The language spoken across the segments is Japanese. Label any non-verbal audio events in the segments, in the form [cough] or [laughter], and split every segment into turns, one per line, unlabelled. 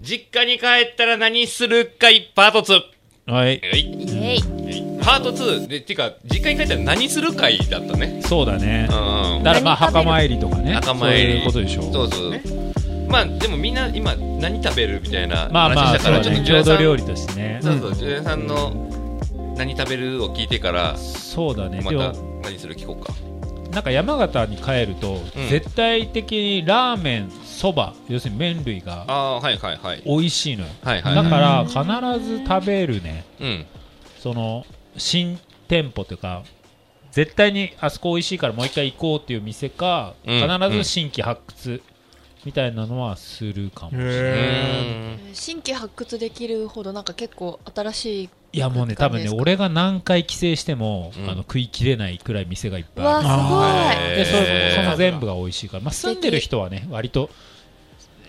実家に帰ったら何するかいパート2。は
は
い。
い。
イエイ
パート2。で、てか、実家に帰ったら何するかいだったね。
そうだね
う。ん。
だからまあ
何食べる
墓参りとかね。
仲間入り。
そういうことでしょ
そうそう。まあ、でもみんな今何食べるみたいな
まあ
話
ま
し
あ、
たか
そう
ら、
だね。
ちょ
郷
っと
土
ジュ
料
エ
理としてね
さ。ん、そうそう、ジュエさんの何食べるを聞いてから、
そうだね。
ま
で
た
も、
何する聞こうか。
なんか山形に帰ると
うん、
絶対的にラーメン、そば、要するに麺類が
ああ、はいはいはい。
美味しいのよ。
はいはい
だ
はい。
から、必ず食べるね。
うん。
その、新店舗というか、絶対にあそこ美味しいからもう一回行こうっていう店か、
うん
必ず新規発掘みたいなのはするかも。
う
へ
ーん。
新規発掘できるほどなんか結構新しい
いやもうね多
空間
分
で
ね
すか
俺が何回帰省しても、
うん
あの食いきれないくらい店がいっぱい
わ
あ
あすご
ー
い
る
へ
でそれ
え
その全部が美味しいから、まあ、住んでる人はね割と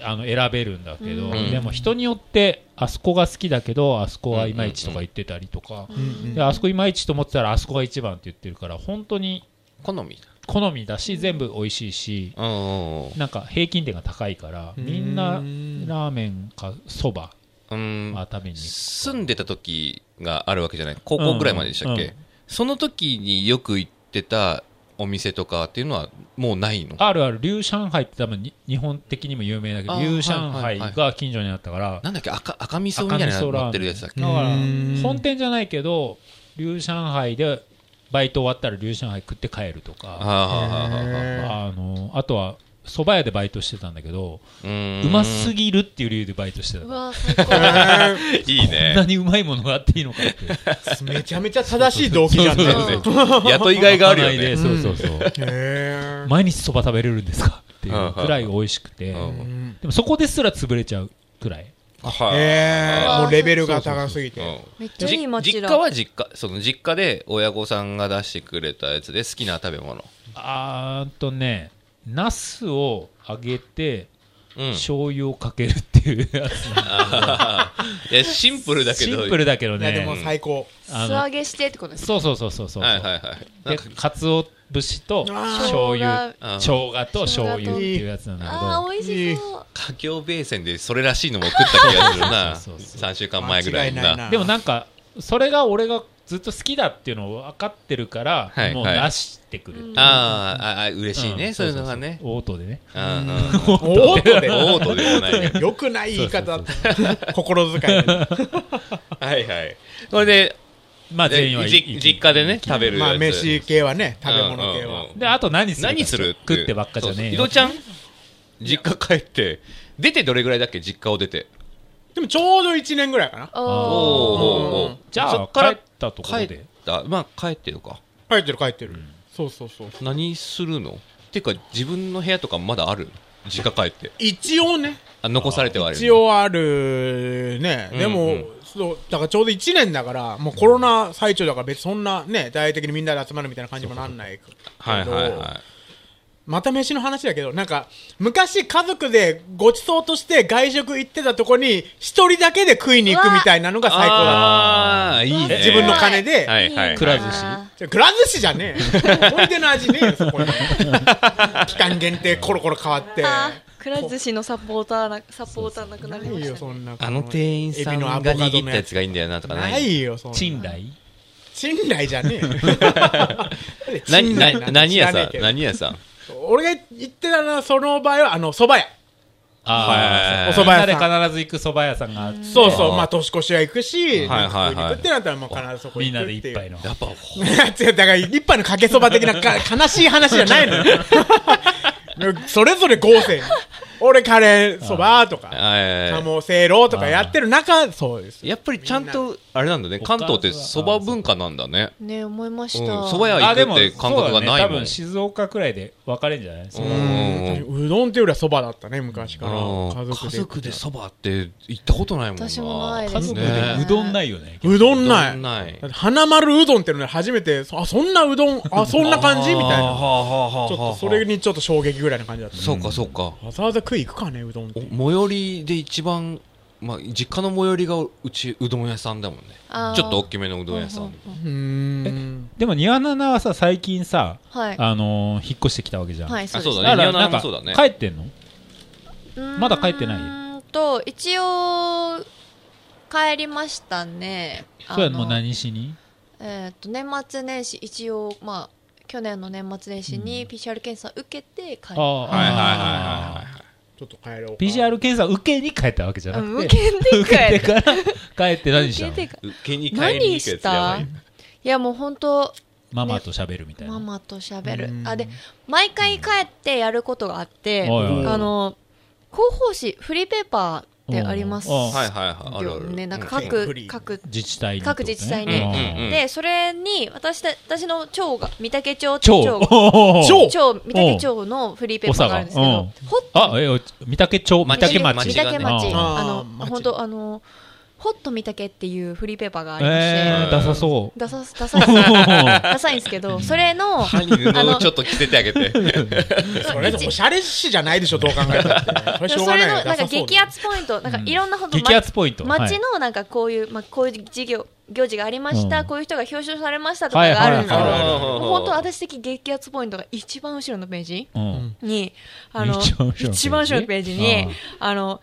あの選べるんだけど、
うん
でも人によってあそこが好きだけどあそこはいまいちとか言ってたりとか、
ーうん
であそこいまいちと思ってたらあそこが一番って言ってるから本当に
好み。
好みだし全部美味しいし
うんうんうん。
なんか平均点が高いから
うん
みんな
うん
ラーメンかそば
うん。
は食べに行く
住んでた時があるわけじゃない高校ぐらいまででしたっけ、
うんうん
その時によく行ってたお店とかっていうのはもうないの
あるある、龍上海って多分に日本的にも有名だけ
あ
ど、
ー
龍上海
はいはい
が近所にあったから、
なんだっけ赤赤味噌みたいな
赤味噌
の
ラ
乗
ーメン
ってるやつだっけ
だから
うん
本店じゃないけど、龍上海でバイト終わったら龍上海食って帰るとか、
あー
へー
あのあとは蕎麦屋でバイトしてたんだけど、
うん
うますぎるっていう理由でバイトしてた。
う
こ
わあ最高
いい
んな
ね
にうまいものがあっていいのかって。
[laughs]
めちゃめちゃ正しい動機じゃん
そう
ね
そうそう
雇いがいがあるよね
でそうそうそう。
へ
毎日蕎麦食べれるんですかっていうくらい美味しくて、
うん
で
ー
もそこですら潰れちゃうくらい。
は
へ
あ
ー
ー
もうレベルが高すぎて
めっちゃいい
うんじ
街
実
だ
家は実家その実家で親御さんが出してくれたやつで好きな食べ物、
あーんとね、ナスを揚げて、
うん、
醤油をかけるっていうやつ
[laughs]
なん
あ [laughs] ーいやシンプルだ
だ
け
シ
ど
ンプルだけど
いやで
ね
も最高
素
あの
揚げしてってことです
そうそうそうそうそう、
はいはいはいなん
で
か
かつお節と
あー
醤油
あー
生姜と醤油っていうやつなんだけ
ああ
ど
美味しそう
家境ベーセンでそれらしいのも食った気がするな
[laughs] そうそうそう
3週間前ぐらいに
間違
ない
ないな
でもなんかそれが俺がずっと好きだっていうのを分かってるから、
はい
もう
はい
出してくる、
うん
あーああ嬉しいね、
ん
そういうのがね
そうそうそうオートでね
うんうん
オートで
オートではない
[laughs]
けど
よくない言い方だった心遣いで
はいはいそれで
まあ全員は
でじ実家でね食べるやつ
まあ飯系はね食べ物系
うん
は
うんうん
であと何するか
何する
食ってばっかじゃねえ
そうそう
よ
井戸ちゃん実家帰って出てどれぐらいだっけ実家を出て
でもちょうど1年ぐらいかな
お
ー
お
ーー
じゃ
そ
あ
っ
帰
から
ったところ
帰っ
で
たまあ帰ってるか
帰ってる帰ってるそうそうそう
何するのっていうか自分の部屋とかまだある実家帰って
一応ね
あ残されてはある
一応あるねで
うんう
も
ん
そうだからちょうど1年だからもうコロナ最中だから別にそんなね大々的にみんなで集まるみたいな感じもなんないけど
はいはいはい
また飯の話だけど、なんか、昔家族でごちそうとして外食行ってたとこに、一人だけで食いに行くみたいなのが最高だ。
ああーいいね
自分の金で、
はい
くら寿司
ちょくら寿司じゃ
[laughs]
ねえよ。思い出の味ねえよ、そこに。期間限定コロコロ変わって。
あーくら寿司のサポーターなサポーターなくなり
な
ま
いよ、
した
そ
ね
んな。
あの店員さんが握ったやつがいいんだよなとか
な
ない
いよ、そんな。
賃来
賃来じゃねえよ
[laughs] 何
賃
何
来なんて
何
知ら
屋
ね
さ
えけ
ん
ど
何屋さん
俺が言ってたのは、その場合は、あの、蕎麦屋。
ああ、
はいお蕎麦屋さん
みんなで必ず行く蕎麦屋さんがあって、
そうそ
あ
う、
ー
まあ、年越しは行くし、
はい
なんか
はいはい
食いに行くってなったら、もう必ずそこ
み
行
ん
くっ
な
て
で
いう。
一
[laughs]
杯の。
やっぱ
違う、だから、一杯のかけそば的なか悲しい話じゃないのよ。 [laughs] それぞれ豪勢に。俺、カレーそばとか、
はい
もう、せいろとかやってる中、そうです。
やっぱりちゃんとあれなんだね
お
関
かずは
東ってそば文化なんだね
ね思いまし
うん
た
そば屋行くって感覚がない
多
もん
分静岡くらいで分かれんじゃないですか。
う
うんんうどんっていうよりはそばだったね、昔から。
うん
家族
家
で。
族でそばって行ったことないもんな
私もないです
家族でうどんないよね。
うどん
う
ない。
どんない
だって花丸うどんってので初めて、そあ、そんなう
[laughs]
どん、あ、そんな感じみたい
あーは
な。
あはあはあはあ
ちょっと、それにちょっと衝撃ぐらいな感じだった。
そうかそうか
わざわざ食い行くかね、うどんっ
お
て。
最寄りで一番まあ実家の最寄りがうちうどん屋さんだもんね
あー
ちょっと大きめのうどん屋さん
うーん。
でも、ニワナナはさ、最近さ、
はい
あのー、引っ越してきたわけじゃん。。
はいいそう
あそう
です
だね
から、
庭菜
な
々
ん
も
か
そうだね、
帰ってんの
うーん
まだ帰ってない
うんと一応帰りましたねあ
そうやん
の
もう何しに
えーっと年末年始一応まあ去年の年末年始に PCR 検査受けて帰り、
あ
はいはいはい
あ
はいはいちょっと帰ろうか
PCR 検査受けに帰ったわけじゃな
うん
く
受
て
けて帰
受けて
る
から帰って何したの
受けて帰
受けに帰りに
何
行くや
し
つやばい
たいやもう本当
ママと喋るみたいな
ママと喋る、
うん
あで毎回帰ってやることがあって、
おいおい
あの広報誌フリーペーパーであります
おうおう
はいはいはいあるある
ねなんか
うんフ
各
リー
各
自治体に
各自治体に
うんうん
でそれに私た私の町が三宅町って
超
町が
超
町三宅町のフリーペーパーがあるんですけ
お
ど、ホット
あえお三宅町三
町
宅
が
町
ね
三宅町
うん
あ
あー
の
町
本当あのホット三宅っていうフリーペーパーがありまして、
えー、ダサそう
ダサダサい
[laughs]
ダサいんですけどそれの
歯に
あ
布を
の
ちょっと着せてあげて
それでもおしゃれ誌じゃないでしょどう考えたってそれしょう
そ
が
れ
ない
の
よ
なん
ダ
か
サそうだよ
激アツポイントなんかいろんな
[laughs]
ほんと
激アツポイントはい
町のなんかこういう、まあ、こういう事業行事がありました、
うん
こういう人が表彰されましたとかが [laughs] あるんですけど、
はいはいはい
もう本当私的激アツポイントが一番後ろのページ
うん
にあの
一番後ろのページ
一番後ろのページに
うん
あの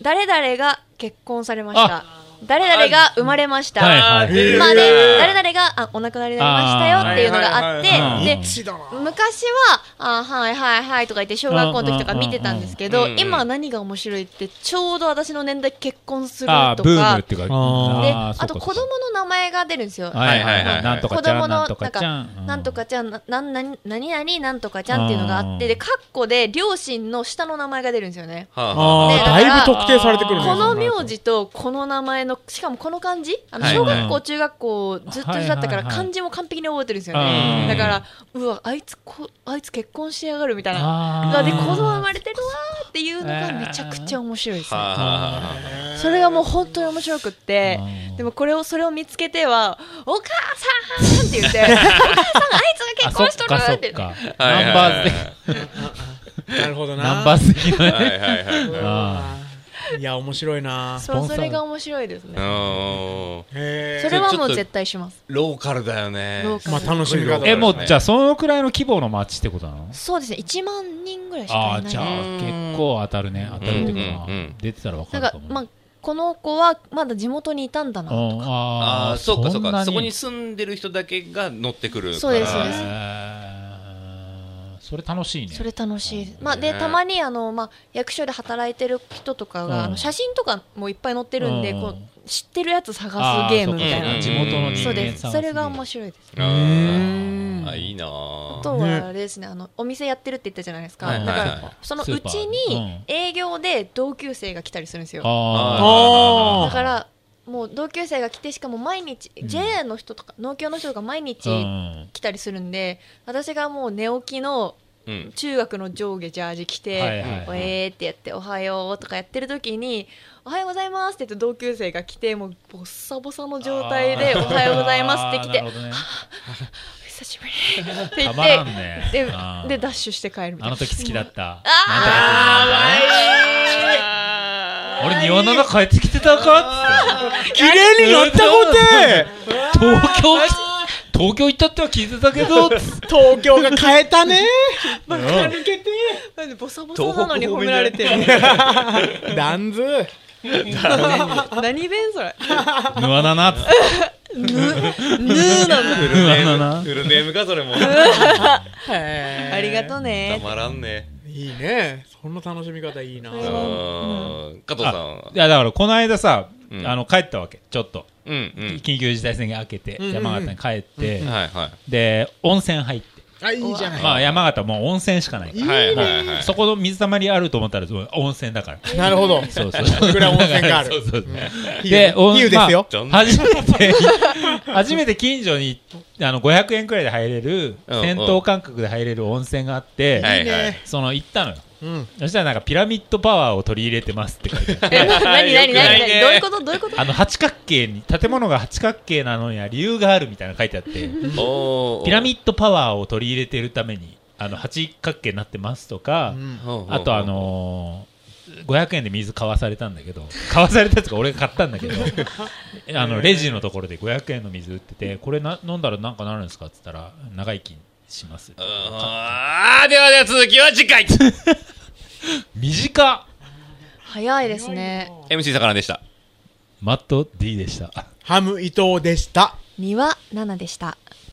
誰々が結婚されました誰々が生まれました、
はいはい
へー
まあで誰々があお亡くなりになりましたよっていうのがあって、
はいはいはいはい
で
一だな
昔は「あーはいはいはい」とか言って小学校の時とか見てたんですけ
うん
ど
うんうん
今何が面白いってちょうど私の年代結婚すると
あ
か
ーブームっていうか
あ
で
ー
あ
そうか
と
そうか
子供の名前が出るんですよ。
はいはい
は
はい
はい
い
はい
なんとか
子
ちゃ
供
んな
の
んとかちゃん
なんとかちゃん、ななんなに何々なんとかちゃんっていうのがあって、で、カッコで両親の下の名前が出るんですよね。
はあはあ
あ
で
ー
だから
だいぶ特定されてくるね
この
そうなると
名字とこの名前の、しかもこの漢字あの、
はい
小学
う
校、
ん
中学校ずっと一緒だっ
はい
たか
はい
ら
はい
漢字も完璧に覚えてるんですよ
う
ね
ん。
だから、うわ、あいつこ、あいつ結婚しやがるみたいな。
あ
で、
ー
子供生まれてるわーっていうのがめちゃくちゃ面白いですね。
はあ
それがもう本当に面白くって
うん
でもこれをそれを見つけては「お母さん!」って
[laughs]
言って「お母さんあいつが
あ
結
そっ
婚しとる!」
かそ
っ
ってか
はい
ナン
は
バ
い
ー
は
ズ
い
的
なるほどな
ナンバーズ的な
は
ね
いはいはいはい
あ
いや面白いな
ポ
そ
ン
う
サー
それが面白いですね
うん
へ
そ
え
れはもう絶対します
ローカルだよね
ローカ
まあ楽しみ方だ
えもうじ
ゃ
ゃあそのくらいの規模の街ってことなの
そうですね1万人ぐらいし
あ
か
あ
いない
じゃあ
うん
結構当たるね当たるっていう
うんうん
か
うん
出てたら分か
なん
る
か
かも
まあこの子はまだ地元にいたんだな
うんあ
あ
あ
あそうかそう
な
かそこに住んでる人だけが乗ってくるから
そうですそうです
えーそれ楽しいね
それ楽しい、まあ、
ね
でたまにあの、まあ、役所で働いてる人とか
うん
があの写真とかもいっぱい載ってるんで
うん
こう知ってるやつ探すゲームみたい
あ
な
ー
地
そうか
元の人
そう
間
ですそれが面白いです
う
うん
んあいいな
あ
あ
とはあれですねあのお店やってるって言ったじゃないですか、
はいはい
だ
はい
からそのうち
スーパー
に営業で同級生が来たりするんですよ
あ
あ
だからもう同級生が来てしかも毎日
うん
JA の人とか農協の人とか毎
ー
日来たりするんで私がもう寝起きの
うん
中学の上下ジャージ着て、
はいはい
おえーってやって「おはよう」とかやってる時に「おはようございます」って言って同級生が来てもうボッサボサの状態で
あ
「お
ー
はようございます」って来て
なるほどね
「久しぶり」って言
た
っ
まらん
て
ね
で
あー
でダッシュして帰るみた
あ
い
の
な。
時好きだった
あ
俺庭の中帰ってきてたかっつって
綺麗になったこて
東京東京行ったっては聞いてたけどつって
東京が変えたね
うん
抜けて
なんでボサボサなのに褒められてる
ダンズ
何弁それ
ぬわなな [laughs] っつって
ぬぬーな
フルネームフルネームかそれも
のありがとう
た
ね
まらんね
いいねその楽しみ方いいな
う
うん
ん加藤さんはい
やだからこの間さ、
うん
あの帰ったわけちょっと、
うんうん
緊急事態宣言明けて、
うんうんうん
山形に帰って、
はいはい
で温泉入って、
あいいじゃない
まあ、山形もう温泉しかないか
はい
ら、
はいはい
[laughs] そこの水たまりあると思ったらそう温泉だから
なるほ [laughs] ど
そう [laughs] そうそう
いくら温泉がある
そうそうそう
比
でお
喩ですよ
ちょん
まあ初めて [laughs] 初めて近所にあの500円くらいで入れる
うんうん
銭湯感覚で入れる温泉があって、
はい
いね
その行ったのよ
うん
そしたらなんかピラミッドパワーを取り入れてますって書い
[laughs]
てある
えな何何
よく
何
ない
何
ね
どういうことどういうこと
あの八角形に建物が八角形なのには理由があるみたいなの書いてあって
おー
ピラミッドパワーを取り入れてるためにあの八角形になってますとか、
うん
ほうほうほう
あとあのー500円で水買わされたんだけど [laughs] 買わされたやつが俺が買ったんだけどあのレジのところで500円の水売っててこれな飲んだらなんかなるんですかって言ったら長生きしますって [laughs]
あーではでは続きは次回
短っ
早いですね。
MC 魚でした
マット D でした。
ハム伊藤でした。
庭奈々でした。